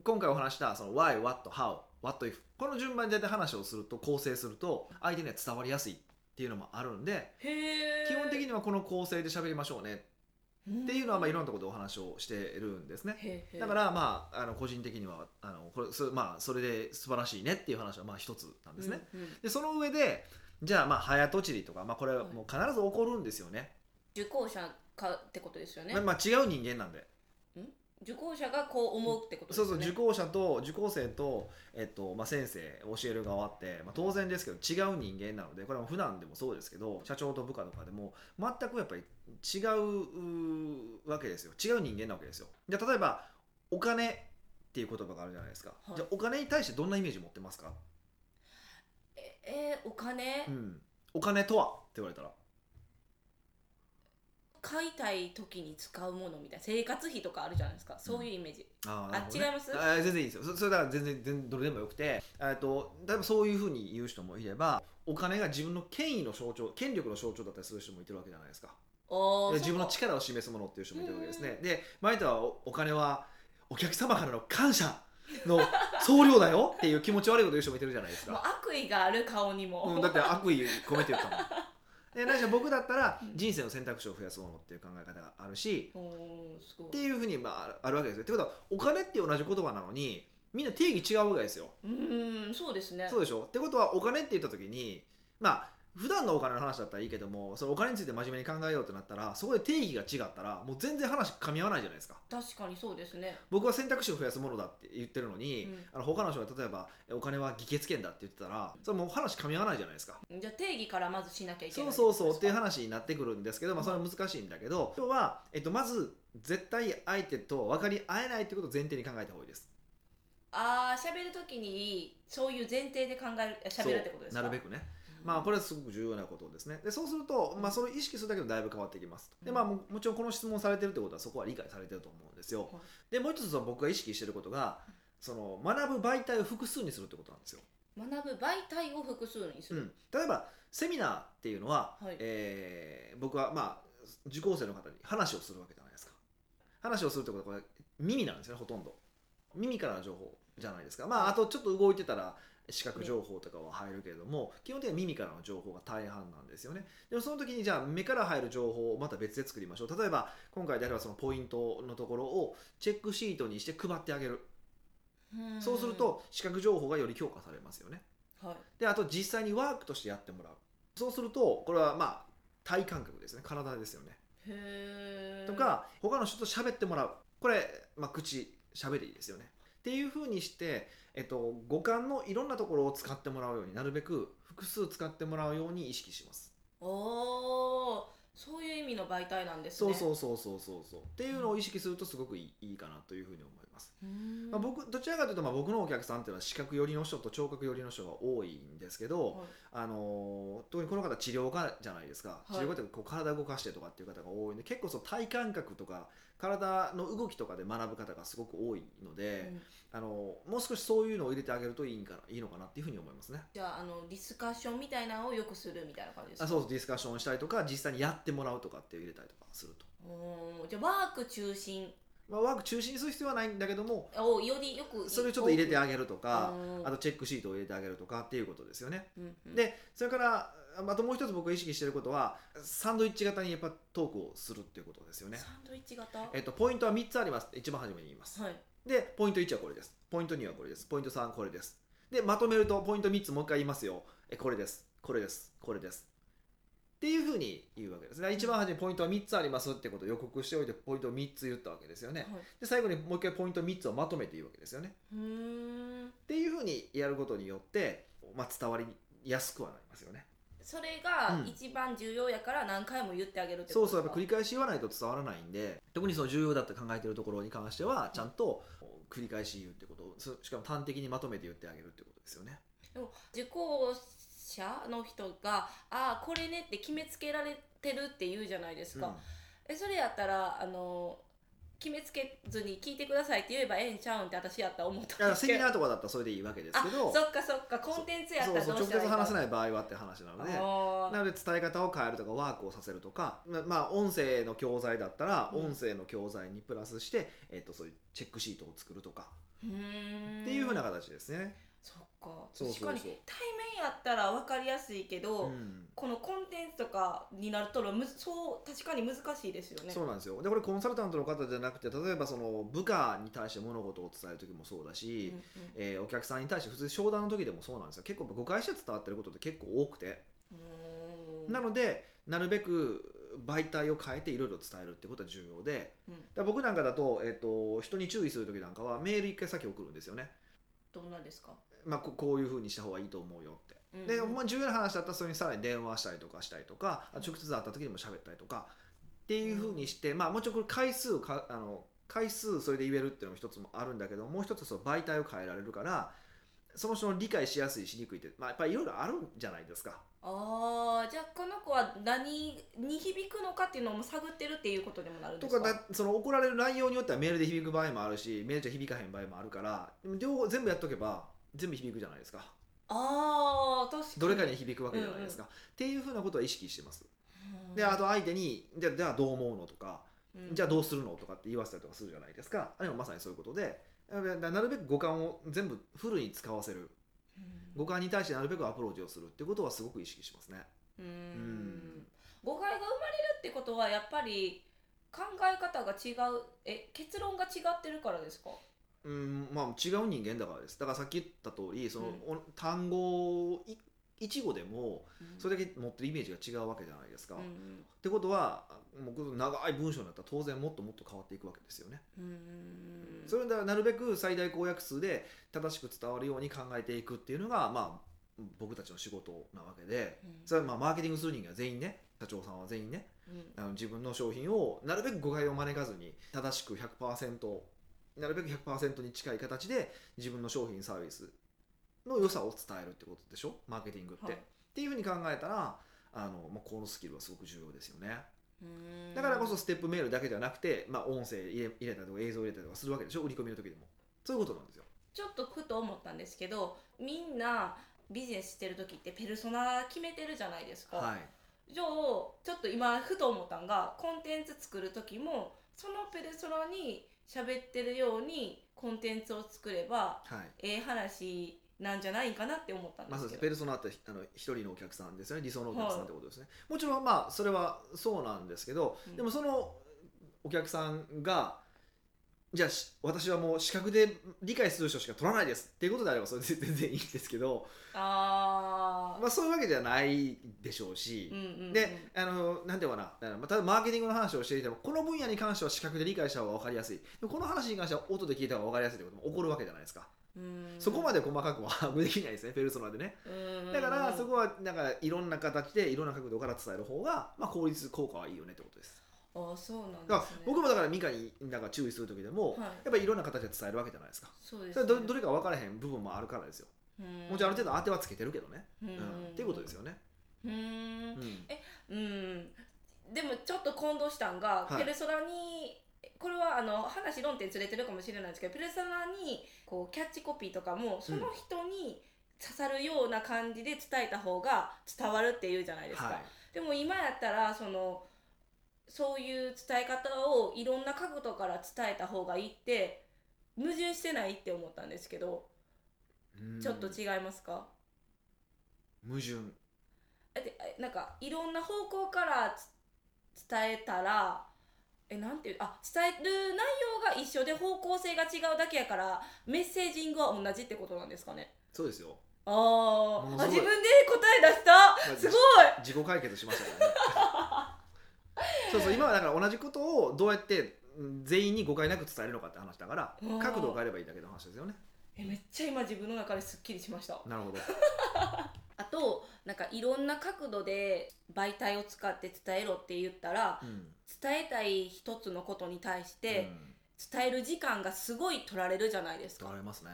Speaker 2: 今回お話したその Why, What, How, What if この順番で大体話をすると構成すると相手には伝わりやすいっていうのもあるんで
Speaker 1: へえ
Speaker 2: 基本的
Speaker 1: に
Speaker 2: にはこの構成で喋りましょうね
Speaker 1: っ
Speaker 2: っていうのはまあいろんなところでお話をしてるんですね
Speaker 1: へえ
Speaker 2: だからまああの個人的にはあのこれそ,、まあ、それで素晴らしいねっていう話はまあ一つなんですね、
Speaker 1: うんうん
Speaker 2: でその上でじゃあまあ早とちりとか、まあ、これはもう必ず起こるんですよね、
Speaker 1: 受講者かってことですよね
Speaker 2: まあまあ違う人間なんで
Speaker 1: 受講者がこう思うってことです
Speaker 2: そう
Speaker 1: よね
Speaker 2: そう受講者と受講生と、えっとまあ、先生教える側って、まあ、当然ですけど違う人間なのでこれは普段でもそうですけど社長と部下とかでも全くやっぱり違ううーわけですよ違う人間なわけですよじゃあ例えばお金っていう言葉があるじゃないですか、
Speaker 1: はい
Speaker 2: じゃあお金に対してどんなイメージ持ってますか、
Speaker 1: ええーお金
Speaker 2: うん、お金とはって言われたら
Speaker 1: 買いたい時に使うものみたいな生活費とかあるじゃないですかそういうイメージ、
Speaker 2: あ
Speaker 1: あ
Speaker 2: なるほどね
Speaker 1: 違います
Speaker 2: あ全然いいですよそそれだから全然全然どれでもよくてえっと例えばそういうふうに言う人もいればお金が自分の権威の象徴権力の象徴だったりする人もいてるわけじゃないですか
Speaker 1: おー
Speaker 2: で自分の
Speaker 1: そう
Speaker 2: 力を示すものっていう人もいてるわけですねで前とはおお金はお客様からの感謝の 総量だよっていう気持ち悪いこと言う人もいてるじゃないです
Speaker 1: もう
Speaker 2: か、
Speaker 1: 悪意がある顔にも、
Speaker 2: うん、だって悪意込めて言ったもんでなんか僕だったら
Speaker 1: うん
Speaker 2: 人生の選択肢を増やすものっていう考え方があるし
Speaker 1: おーすご
Speaker 2: って
Speaker 1: い
Speaker 2: いうふうにまああるあるわけですよ。ってことはお金って同じ言葉なのにみんな定義違うわけですよ。
Speaker 1: うーんそうですね
Speaker 2: そうでしょってことはお金って言った時にまあ普段のお金の話だったらいいけどもそのお金について真面目に考えようってなったらそこで定義が違ったらもう全然話噛み合わないじゃないですか。
Speaker 1: 確かにそうですね
Speaker 2: 僕は選択肢を増やすものだって言ってるのに、
Speaker 1: うん
Speaker 2: あの他の人が例えばお金は議決権だって言ってたらそれもう話噛み合わないじゃないですか。
Speaker 1: じゃあ定義からまずしなきゃいけ
Speaker 2: そ
Speaker 1: な
Speaker 2: う
Speaker 1: い
Speaker 2: そうそうっていう
Speaker 1: 話
Speaker 2: 話になってくるんですけど、まあ、それは難しいんだけど今日は、えっと、まず絶対相手と分かり合えないってことを前提に考えた方がいいです。
Speaker 1: ああ喋る時にそういう前提で考える喋るってことですか
Speaker 2: そうなるべ
Speaker 1: く、
Speaker 2: くね、まあこれはすごく重要なことですねでそうすると、まあ、それを意識するだけでもだいぶ変わってきますでまあももちろんこの質問されてるってことはそこは理解されてると思うんですよ
Speaker 1: はい
Speaker 2: でもう一つは僕が意識してることがその学ぶ媒体を複数にするってことなんですよ、
Speaker 1: 学ぶ媒体を複数にす
Speaker 2: う
Speaker 1: る、
Speaker 2: ん、例えばセミナーっていうのは、
Speaker 1: はい
Speaker 2: えー僕はまあ受講生の方に話をするわけじゃないですか話をするってことはこれ耳なんですよねほとんど耳からの情報じゃないですかまああとちょっと動いてたら視覚情報とかは入るけれども、基本的には耳からの情報が大半なんですよねでもその時にじゃあ目から入る情報をまた別で作りましょう例えば今回であればそのポイントのところをチェックシートにして配ってあげる
Speaker 1: うん
Speaker 2: そうする、と視覚情報がより強化されますよね
Speaker 1: はい、
Speaker 2: であと実際にワークとしてやってもらうそうするとこれはまあ体感覚ですね体ですよね
Speaker 1: へー
Speaker 2: とか他の人と喋ってもらうこれ、まあ、口喋りですよねっていうふうにして、えっと、五感のいろんなところを使ってもらうようになるべく複数使ってもらうように意識します
Speaker 1: おーそういう意味の媒体なんです
Speaker 2: そ
Speaker 1: ね
Speaker 2: うそうそうそうそうそうっていうのを意識するとすごくいいいいかなというふうに思います。
Speaker 1: うーん
Speaker 2: まあ、僕どちらかというとまあ僕のお客さんっていうのは視覚寄りの人と聴覚寄りの人が多いんですけど、
Speaker 1: はい
Speaker 2: あのー特にこの方治療家じゃないですか、
Speaker 1: い
Speaker 2: 治療家ってこう体動かしてとかっていう方が多いんで結構その体感覚とか体の動きとかで学ぶ方がすごく多いので、
Speaker 1: うん
Speaker 2: あのーもう少しそういうのを入れてあげるといいんかないいのかなっていうふうに思いますね。
Speaker 1: じゃああのディスカッションみたいなのをよくするみたいな感じですか
Speaker 2: あそうそうディスカッションしたりとか実際にやってもらうとかっていう入れたりとかすると、
Speaker 1: おーじゃあワーク中心
Speaker 2: まあ、ワーク中心にする必要はないんだけども
Speaker 1: をよりよく
Speaker 2: それをちょっと入れてあげるとか
Speaker 1: うん
Speaker 2: あとチェックシートを入れてあげるとかっていうことですよね。
Speaker 1: うんうん
Speaker 2: でそれからああともう一つ僕が意識していることはサンドイッチ型にやっぱトークをするっていうことですよね。
Speaker 1: サンドイッチ型は
Speaker 2: えっと、ポイントは3つあります一番初めに言います、
Speaker 1: い
Speaker 2: でポイント1はこれですポイント2はこれですポイント3はこれですでまとめるとポイント3つもう一回言いますよえこれですこれですこれですっていうふうに言うわけですだから一番初めにポイントは3つありますってことを予告しておいてポイントを3つ言ったわけですよね
Speaker 1: はい
Speaker 2: で最後にもう一回ポイント3つをまとめて言うわけですよね
Speaker 1: うーん
Speaker 2: っていうふうにやることによって、まあ、伝わりやすくはなりますよね
Speaker 1: それが
Speaker 2: うん
Speaker 1: 一番重要やから何回も言ってあげるって
Speaker 2: そ
Speaker 1: こ
Speaker 2: う
Speaker 1: と
Speaker 2: そうやっぱ繰
Speaker 1: ですか
Speaker 2: り返し言わないと伝わらないんで特にその重要だって考えてるところに関してはちゃんと繰り返し言うってことをそしかも端的にまとめて言ってあげるってことですよね
Speaker 1: でも受講者の人が「ああこれね」って決めつけられてるって言うじゃないですか、えそれやったらあの決めつけずに聞いてくださいって言えばええんちゃうんって私やったら思っ
Speaker 2: だか
Speaker 1: たん
Speaker 2: ら
Speaker 1: です
Speaker 2: セ
Speaker 1: け
Speaker 2: ミ
Speaker 1: ど
Speaker 2: ナーとかだったらそれでいいわけです
Speaker 1: あ
Speaker 2: けど
Speaker 1: そっかそっかコンテンツやった
Speaker 2: そう
Speaker 1: ら
Speaker 2: そ
Speaker 1: ど
Speaker 2: う
Speaker 1: う
Speaker 2: 直
Speaker 1: したらい
Speaker 2: 接
Speaker 1: いか
Speaker 2: 話せない場合はって話なので
Speaker 1: あー
Speaker 2: なので伝え方を変えるとかワークをさせるとかままあ音声の教材だったら
Speaker 1: うん
Speaker 2: 音声の教材にプラスして、えっと、そういうチェックシートを作るとか
Speaker 1: うーん
Speaker 2: っていうふうな形ですね。
Speaker 1: そっか
Speaker 2: そうそうそう
Speaker 1: 確かに対面やったら分かりやすいけど、
Speaker 2: うん
Speaker 1: このコンテンツとかになるとむそう確かに難しいですよね
Speaker 2: そうなんですよでこれコンサルタントの方じゃなくて例えばその部下に対して物事を伝える時もそうだ
Speaker 1: うん
Speaker 2: し、
Speaker 1: うん
Speaker 2: えーお客さんに対して普通に商談の時でもそうなんですよ結構誤解して伝わってることって結構多くて、
Speaker 1: うーん
Speaker 2: なのでなるべく媒体を変えていろいろ伝えるってことは重要で
Speaker 1: うん
Speaker 2: だから僕なんかだと,、えー、と人に注意する時なんかはメール一回先送るんですよね、
Speaker 1: どんなんですか、
Speaker 2: まあ、ここういうふうにした方がいいと思うよって。
Speaker 1: うん
Speaker 2: でほんま重要な話だったらそれにさらに電話したりとかしたりとかあ
Speaker 1: うん
Speaker 2: 直接会った時にも喋ったりとかっていうふうにして、まあもちろんこれ回数をかあの回数それで言えるっていうのも一つもあるんだけどもう一つはその媒体を変えられるからその人の理解しやすいしにくいって、まあ、やっぱりいろいろあるんじゃないですか。
Speaker 1: あーじゃあこの子は何に響くのかっていうのも探ってるっていうことにもなるんで
Speaker 2: と
Speaker 1: す
Speaker 2: か
Speaker 1: か
Speaker 2: だその怒られる内容によってはメールで響く場合もあるしメールじゃ響かへん場合もあるからでも両方全部やっとけば全部響くじゃないですか
Speaker 1: あー確かに
Speaker 2: どれかに響くわけじゃないですか、っていうふうなことは意識してます。
Speaker 1: うん
Speaker 2: であと相手にじゃあじゃあどう思うのとか
Speaker 1: うん
Speaker 2: じゃあどうするのとかって言わせたりとかするじゃないですかあれもまさにそういうことでだからなるべく五感を全部フルに使わせる
Speaker 1: うん
Speaker 2: 五感に対してなるべくアプローチをするってことはすごく意識しますね
Speaker 1: うー
Speaker 2: ん
Speaker 1: ん誤解が生まれるってことはやっぱり考え方が違うえ結論が違ってるからですか
Speaker 2: うんまあ違う人間だからですだからさっき言った通りその、お単語い一語でもそれだけ持ってるイメージが違うわけじゃないですか、
Speaker 1: うん
Speaker 2: ってことはもう長い文章になったら当然もっともっと変わっていくわけですよね
Speaker 1: うんうん
Speaker 2: それでなるべく最大公約数で正しく伝わるように考えていくっていうのが、まあ、僕たちの仕事なわけで
Speaker 1: うん
Speaker 2: それはまあマーケティングする人間は全員ね社長さんは全員ね
Speaker 1: うん
Speaker 2: あの自分の商品をなるべく誤解を招かずに正しく100%なるべく100%に近い形で自分の商品サービスの良さを伝えるってことでしょマーケティングって。
Speaker 1: はい
Speaker 2: っていうふうに考えたらあの、まあ、このスキルはすごく重要ですよね。
Speaker 1: うん
Speaker 2: だからこそステップメールだけじゃなくて、まあ、音声入れ入れたりとか映像入れたりとかするわけでしょ売り込みの時でもそういうことなんですよ
Speaker 1: ちょっとふと思ったんですけどみんなビジネスしてる時ってペルソナ決めてるじゃないですか、
Speaker 2: はい
Speaker 1: じゃあちょっと今ふと思ったんがコンテンツ作る時もそのペルソナに喋ってるようにコンテンツを作れば
Speaker 2: はい
Speaker 1: ええ話なんじゃないかなって思ったんで
Speaker 2: まあ、そう
Speaker 1: すけ
Speaker 2: で
Speaker 1: ど、
Speaker 2: すペルソナってあの一人のお客さんですよね理想のお客さんってことですね、もちろんまあそれはそうなんですけど、
Speaker 1: うん
Speaker 2: でもそのお客さんがじゃあし私はもう視覚で理解する人しか取らないですっていうことであればそれで全然いいんですけど、
Speaker 1: ああ
Speaker 2: まあ、そういうわけではないでしょうし、
Speaker 1: うんうんうん、
Speaker 2: で、あの、なんていうのかな、あのまあただマーケティングの話をしていても、この分野に関しては視覚で理解した方が分かりやすい。でもこの話に関しては音で聞いた方が分かりやすいということも起こるわけじゃないですか。
Speaker 1: うん
Speaker 2: そこまで細かくは把握できないですねペルソナでねだからそ
Speaker 1: こ
Speaker 2: こはなんかいろんな形でいろんな角度から伝える方が、まあ、効率効果はいいよねってことです
Speaker 1: あそうなん
Speaker 2: だ
Speaker 1: で
Speaker 2: から
Speaker 1: すね
Speaker 2: 僕もだからミカになんか注意する時でも、
Speaker 1: はい
Speaker 2: やっぱりいろんな形で伝えるわけじゃないですか
Speaker 1: そうです
Speaker 2: そ
Speaker 1: ね、
Speaker 2: れどどれか分からへん部分もあるからですよも
Speaker 1: も
Speaker 2: ちろんある程度当てはつけてるけどね、
Speaker 1: 度、う
Speaker 2: うん
Speaker 1: ん
Speaker 2: っていうことですよね、
Speaker 1: うん
Speaker 2: うん
Speaker 1: うんでもちょっと混同したんが、
Speaker 2: はい
Speaker 1: ペルソナにこれはあの話論点ずれてるかもしれないですけどペルソナにこうキャッチコピーとかもその人に刺さるような感じで伝えた方が伝わるっていうじゃないですか、
Speaker 2: はい
Speaker 1: でも今やったらそのそういう伝え方をいろんな角度から伝えた方がいいって矛盾してないって思ったんですけど
Speaker 2: うん
Speaker 1: ちょっと違いますか、
Speaker 2: 矛盾
Speaker 1: だってえなんかいろんな方向からつ伝えたらえなんていうあ伝える内容が一緒で方向性が違うだけやからメッセージングは同じってことなんですかね
Speaker 2: そうですよ
Speaker 1: あ
Speaker 2: も
Speaker 1: ー
Speaker 2: う
Speaker 1: あ
Speaker 2: すごい
Speaker 1: 自分で答え出した
Speaker 2: まあ
Speaker 1: すごい
Speaker 2: 自己解決しましたからね そうそう今はだから同じことをどうやってうん全員に誤解なく伝えるのかって話だから
Speaker 1: うん
Speaker 2: 角度を変えればいいだけの話ですよね
Speaker 1: えめっちゃ今自分の中ですっきりしました
Speaker 2: なるほど
Speaker 1: あとなんかいろんな角度で媒体を使って伝えろって言ったら
Speaker 2: うん
Speaker 1: 伝えたい一つのことに対して
Speaker 2: うん
Speaker 1: 伝える時間がすごい取られるじゃないですか
Speaker 2: 取られますね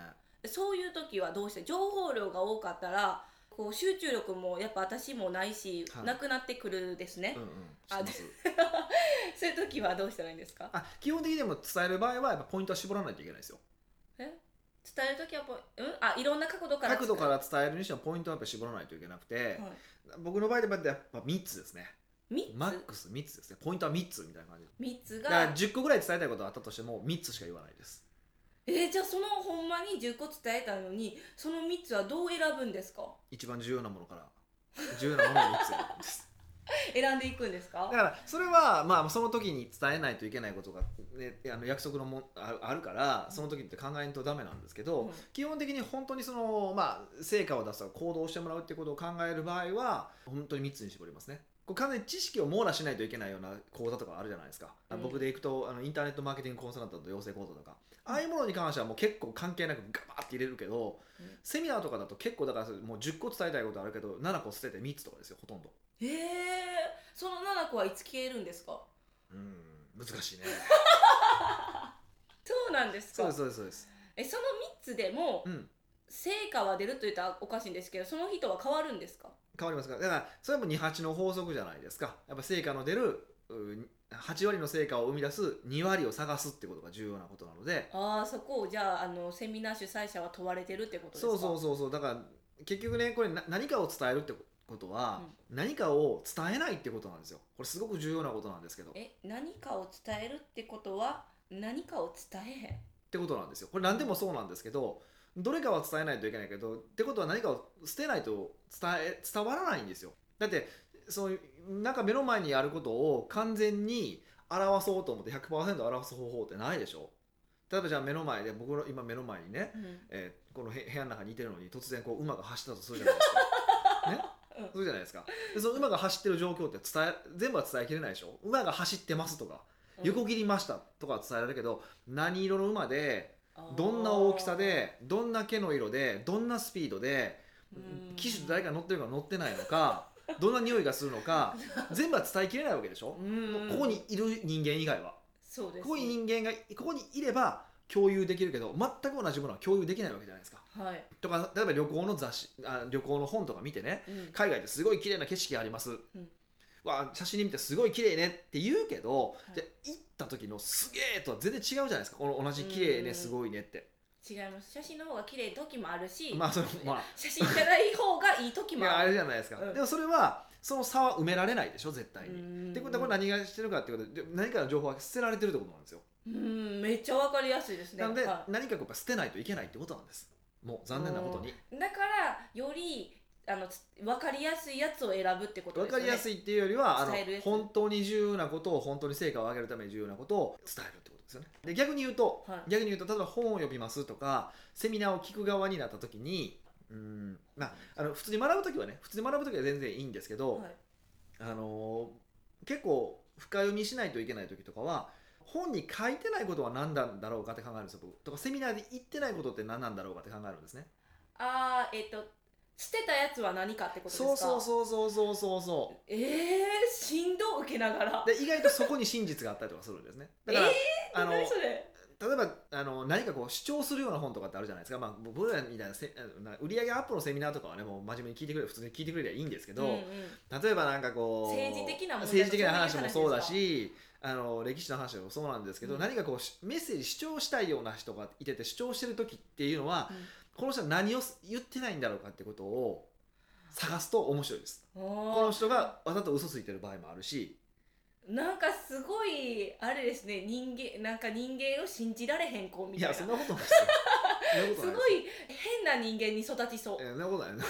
Speaker 1: そういう時はどうして情報量が多かったらこう集中力もやっぱ私もないし、
Speaker 2: はい
Speaker 1: なくなってくるですね、
Speaker 2: うんうん
Speaker 1: あ
Speaker 2: します
Speaker 1: そういう時はどうしたらいいんですか
Speaker 2: あ基本的にでも伝える場合はやっぱポイントは絞らないといけないですよ
Speaker 1: え伝える時はポイうんあいろんな角度から
Speaker 2: 角度から伝えるにしてもポイントはやっぱ絞らないといけなくて、
Speaker 1: はい
Speaker 2: 僕の場合でやっぱ3つですね
Speaker 1: 3つ、
Speaker 2: マックス3つですねポイントは3つみたいな感じ
Speaker 1: 三つ
Speaker 2: だから
Speaker 1: が
Speaker 2: 10個ぐらい伝えたいことがあったとしても3つしか言わないです
Speaker 1: えーじゃあそのほんまに10個伝えたのにその3つはどう選ぶんですか
Speaker 2: 一番重要なものから重要なものを3つ選ぶん です
Speaker 1: 選んでいくんですか
Speaker 2: だからそれはまあその時に伝えないといけないことが、ね、あの約束のもんああるからその時って考えんとダメなんですけど、
Speaker 1: うん
Speaker 2: 基本的に本当にその、まあ、成果を出すとか行動してもらうってことを考える場合は本当に3つに絞りますねこれ完全に知識を網羅しないといけないような講座とかあるじゃないですか、あ
Speaker 1: うん
Speaker 2: 僕でいくとあのインターネットマーケティングコンサルタントの養成講座とかああいうものに関してはもう結構関係なくガバーって入れるけど、
Speaker 1: うん
Speaker 2: セミナーとかだと結構だからもう10個伝えたいことあるけど7個捨てて3つとかですよほとんど
Speaker 1: えー、その7個はいつ消えるんですか
Speaker 2: うん難しいね
Speaker 1: そうなんです
Speaker 2: そう
Speaker 1: か
Speaker 2: ですそうですそうです
Speaker 1: えその3つでも
Speaker 2: うん
Speaker 1: 成果は出ると言ったらおかしいんですけどその人は変わるんですか
Speaker 2: 変わりますからだからそれも28の法則じゃないですかやっぱ成果の出るうん8割の成果を生み出す2割を探すってことが重要なことなので
Speaker 1: ああそこをじゃああのセミナー主催者は問われてるってことですか
Speaker 2: そうそうそうそうだから結局ねこれな何かを伝えるってことは、何かを伝えないってことなんですよこれすごく重要なことなんですけどっ
Speaker 1: え何かを伝えるってことは何かを伝えへん
Speaker 2: てことなんですよこれ何でもそうなんですけどどれかは伝えないといけないけどってことは何かを捨てないと伝え伝わらないんですよだってそういうなんか目の前にあることを完全に表そうと思って100%表す方法ってないでしょ例えばじゃあ目の前で僕の今目の前にね、えーこのへ部屋の中にいてるのに突然こう馬が走ったとするじゃないです かね
Speaker 1: うん
Speaker 2: そうじゃないですかでその馬が走ってる状況って伝え全部は伝えきれないでしょ馬が走ってますとか
Speaker 1: うん
Speaker 2: 横切りましたとかは伝えられるけど何色の馬で
Speaker 1: あー
Speaker 2: どんな大きさでどんな毛の色でどんなスピードで
Speaker 1: うん
Speaker 2: 機種誰か乗ってるか乗ってないのか どんな匂いがするのか全部は伝えきれないわけでしょ
Speaker 1: う、ん
Speaker 2: ここにいる人間以外は
Speaker 1: そうです
Speaker 2: ここに人間がここにいれば共有できるけど全く同じものは共有できないわけじゃないですか
Speaker 1: はい、
Speaker 2: とか例えば旅行の雑誌あ旅行の本とか見てね
Speaker 1: うん
Speaker 2: 海外ですごい綺麗な景色があります、
Speaker 1: ん
Speaker 2: わあ写真で見てすごい綺麗ねって言うけど、
Speaker 1: い
Speaker 2: じゃあ行った時のすげえとは全然違うじゃないですかこの同じ綺麗
Speaker 1: う
Speaker 2: ね
Speaker 1: ん
Speaker 2: すごいねって
Speaker 1: 違います写真の方が綺麗な時もあるし、
Speaker 2: まあそのまあ
Speaker 1: 写真じゃない方がいい時
Speaker 2: い
Speaker 1: も
Speaker 2: やあ
Speaker 1: あ
Speaker 2: れ
Speaker 1: る
Speaker 2: じゃないですか、
Speaker 1: うん
Speaker 2: でもそれはその差は埋められないでしょ絶対に、
Speaker 1: っ
Speaker 2: ってことはこれ何がしてるかってことで何かの情報は捨てられてるってことなんですよ
Speaker 1: うんめっちゃわかりやすいですね
Speaker 2: なので
Speaker 1: は
Speaker 2: 何かこうやっぱ捨てないといけないってことなんですもう残念なことに
Speaker 1: いだからよりあのつわかりやすいやつを選ぶってこと
Speaker 2: 分
Speaker 1: です
Speaker 2: か
Speaker 1: よね
Speaker 2: りやすいっていうよりはあの
Speaker 1: 伝えるやつ
Speaker 2: 本当に重要なことを本当に成果を上げるために重要なことを伝えるってことですよねで逆に言うと、
Speaker 1: はい
Speaker 2: 逆に言うと例えば本を読みますとかセミナーを聞く側になった時にうんまああの普通に学ぶ時はね普通に学ぶ時は全然いいんですけど、
Speaker 1: はい
Speaker 2: あのー結構深読みしないといけない時とかは本に書いてないことは何なんだろうかって考えるんですよ僕とかセミナーで言ってないことって何なんだろうかって考えるんですね
Speaker 1: あーえっ、と捨てたやつは何かってことです
Speaker 2: そ
Speaker 1: か
Speaker 2: うそうそうそうそうそうそう
Speaker 1: えー、振動受けながら
Speaker 2: で意外とそこに真実があったりとかするんですね。だか ら、
Speaker 1: え
Speaker 2: あの
Speaker 1: 何そ
Speaker 2: 例
Speaker 1: れ
Speaker 2: えばあの何かこう主張するような本とかってあるじゃないですか、まあ、僕らみたいなせな売上アップのセミナーとかはねもう真面目に聞いてくれ普通に聞いてくれりゃいいんですけど、
Speaker 1: うんうん
Speaker 2: 例えばなんかこう
Speaker 1: 政治的な問題
Speaker 2: 政治的な話もそうだ
Speaker 1: そ
Speaker 2: しあの歴史の話もそうなんですけど、
Speaker 1: うん
Speaker 2: 何かこうしメッセージ主張したいような人がいてて主張してる時っていうのは、
Speaker 1: うん
Speaker 2: この人は何を言ってないんだろうかってことを探すと面白いです。
Speaker 1: おー
Speaker 2: この人がわざと嘘ついてる場合もあるし
Speaker 1: なんかすごいあれですね人間なんか人間を信じられへん子み
Speaker 2: い
Speaker 1: たいな
Speaker 2: やそん
Speaker 1: す
Speaker 2: なことないですよ。そん なこと
Speaker 1: ご
Speaker 2: ないですよ
Speaker 1: 変な人間に育ちそう
Speaker 2: い、やそんなことないな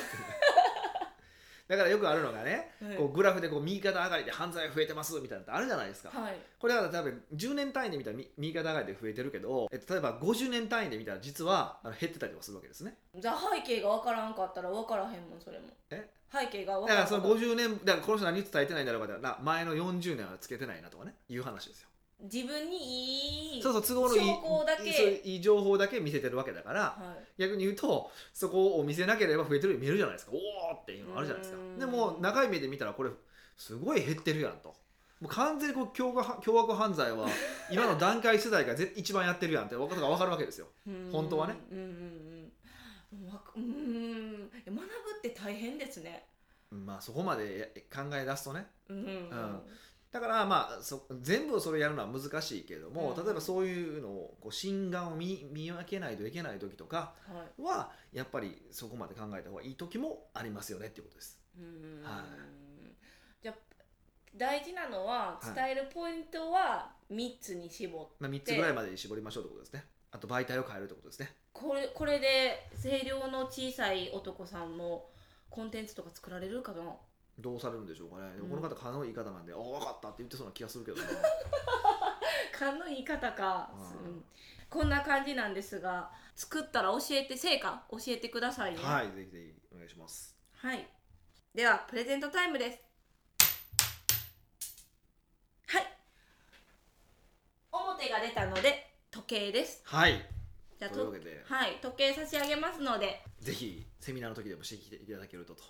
Speaker 2: だからよくあるのがね、
Speaker 1: うん
Speaker 2: こうグラフでこう右肩上がりで犯罪増えてますみたいなのってあるじゃないですか、
Speaker 1: はい
Speaker 2: これだから多分10年単位で見たらみ右肩上がりで増えてるけど、えっと、例えば50年単位で見たら実はあの減ってたりとかするわけですね
Speaker 1: じゃあ背景が分からんかったら分からへんもんそれも
Speaker 2: え
Speaker 1: 背景が分
Speaker 2: だ
Speaker 1: かん
Speaker 2: から
Speaker 1: か
Speaker 2: らそ
Speaker 1: った
Speaker 2: の50年だからこの人何伝えてないんだろうかってな前の40年はつけてないなとかねいう話ですよ
Speaker 1: 自分にいい
Speaker 2: そうそう都合のいい
Speaker 1: 証拠だけ
Speaker 2: そういういい情報だけ見せてるわけだから、
Speaker 1: はい
Speaker 2: 逆に言うとそこを見せなければ増えてるように見えるじゃないですかおおっていうのあるじゃないです
Speaker 1: うーん
Speaker 2: かでも長い目で見たらこれすごい減ってるやんともう完全にこう凶悪凶悪 犯罪は今の段階世代がぜ一番やってるやんってことが分かるわけですよ
Speaker 1: うん
Speaker 2: 本当はね
Speaker 1: うんうんうんわかうーん学ぶって大変ですね
Speaker 2: まあそこまでや考え出すとね
Speaker 1: うんうん
Speaker 2: だからまあそ全部それやるのは難しいけれども、
Speaker 1: うん
Speaker 2: 例えばそういうのをこう心眼を見見分けないといけない時とか
Speaker 1: はい
Speaker 2: はやっぱりそこまで考えた方がいい時もありますよねっていうことです
Speaker 1: うんうんうん
Speaker 2: はい
Speaker 1: じゃあ大事なのは
Speaker 2: はい
Speaker 1: 伝えるポイントは3つに絞って、
Speaker 2: まあ、3つぐらいまでに絞りましょうってことですね。あと媒体を変えるってことですね。
Speaker 1: これこれで声量の小さい男さんもコンテンツとか作られるかな
Speaker 2: どうされるんでしょうかね。でも
Speaker 1: う
Speaker 2: こ
Speaker 1: ん
Speaker 2: の方、可能いい方なんで、ああ、分かったって言ってそうな気がするけど な。
Speaker 1: 勘の言い方か、
Speaker 2: うん
Speaker 1: うんこんな感じなんですが作ったら教えて成果教えてくださいね
Speaker 2: はい、ぜひぜひお願いします。
Speaker 1: はい。では、プレゼントタイムです。はい。表が出たので、時計です。
Speaker 2: はい、
Speaker 1: じゃあ、
Speaker 2: というわ
Speaker 1: と
Speaker 2: けで、
Speaker 1: はい、時計差し上げますので。
Speaker 2: ぜひセミナーの時でもしてきていただけるとと。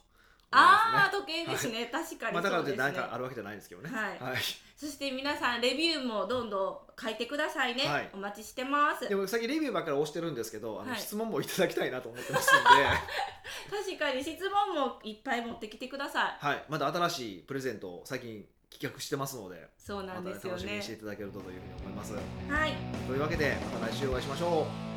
Speaker 1: ああ、
Speaker 2: と、
Speaker 1: 時計ですね。確かに
Speaker 2: まあ、だか
Speaker 1: そ
Speaker 2: ら
Speaker 1: う
Speaker 2: っ
Speaker 1: で
Speaker 2: て
Speaker 1: す
Speaker 2: 何
Speaker 1: ね。
Speaker 2: かあるわけじゃないですけどね。
Speaker 1: はい
Speaker 2: は
Speaker 1: そして皆さん、レビューもどんどん書いてくださいね。
Speaker 2: はい
Speaker 1: お待ちしてます
Speaker 2: で。も、さっきレビューばっかり押してるんですけど、あの
Speaker 1: はい
Speaker 2: 質問もいただきたいなと思ってますん
Speaker 1: 確
Speaker 2: で、
Speaker 1: かに質問もいっぱい持ってきてください。
Speaker 2: はい、まだ新しいプレゼントを最近企画してますので、
Speaker 1: そうな
Speaker 2: ま
Speaker 1: ん
Speaker 2: た
Speaker 1: ですよ
Speaker 2: 楽しみ
Speaker 1: ね
Speaker 2: にして。いただけるとというふうに思います。
Speaker 1: はい。
Speaker 2: というわけで、また来週お会いしましょう。